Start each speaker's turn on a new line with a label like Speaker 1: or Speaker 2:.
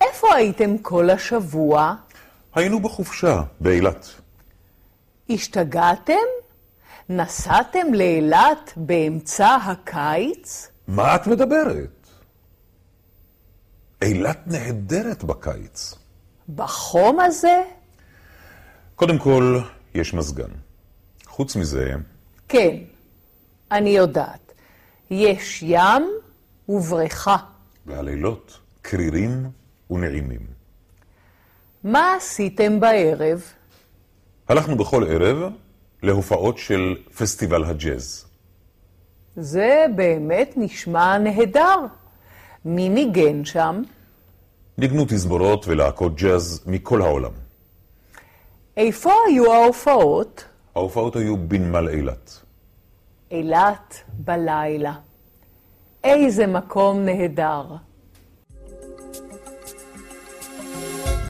Speaker 1: איפה הייתם כל השבוע?
Speaker 2: היינו בחופשה באילת.
Speaker 1: השתגעתם? נסעתם לאילת באמצע הקיץ?
Speaker 2: מה את מדברת? אילת נהדרת בקיץ.
Speaker 1: בחום הזה?
Speaker 2: קודם כל, יש מזגן. חוץ מזה,
Speaker 1: כן, אני יודעת. יש ים ובריכה.
Speaker 2: והלילות קרירים ונעימים.
Speaker 1: מה עשיתם בערב?
Speaker 2: הלכנו בכל ערב להופעות של פסטיבל הג'אז.
Speaker 1: זה באמת נשמע נהדר. מי ניגן שם?
Speaker 2: ניגנו תזמורות ולהקות ג'אז מכל העולם.
Speaker 1: איפה היו ההופעות?
Speaker 2: ההופעות היו בנמל אילת.
Speaker 1: אילת בלילה. איזה מקום נהדר.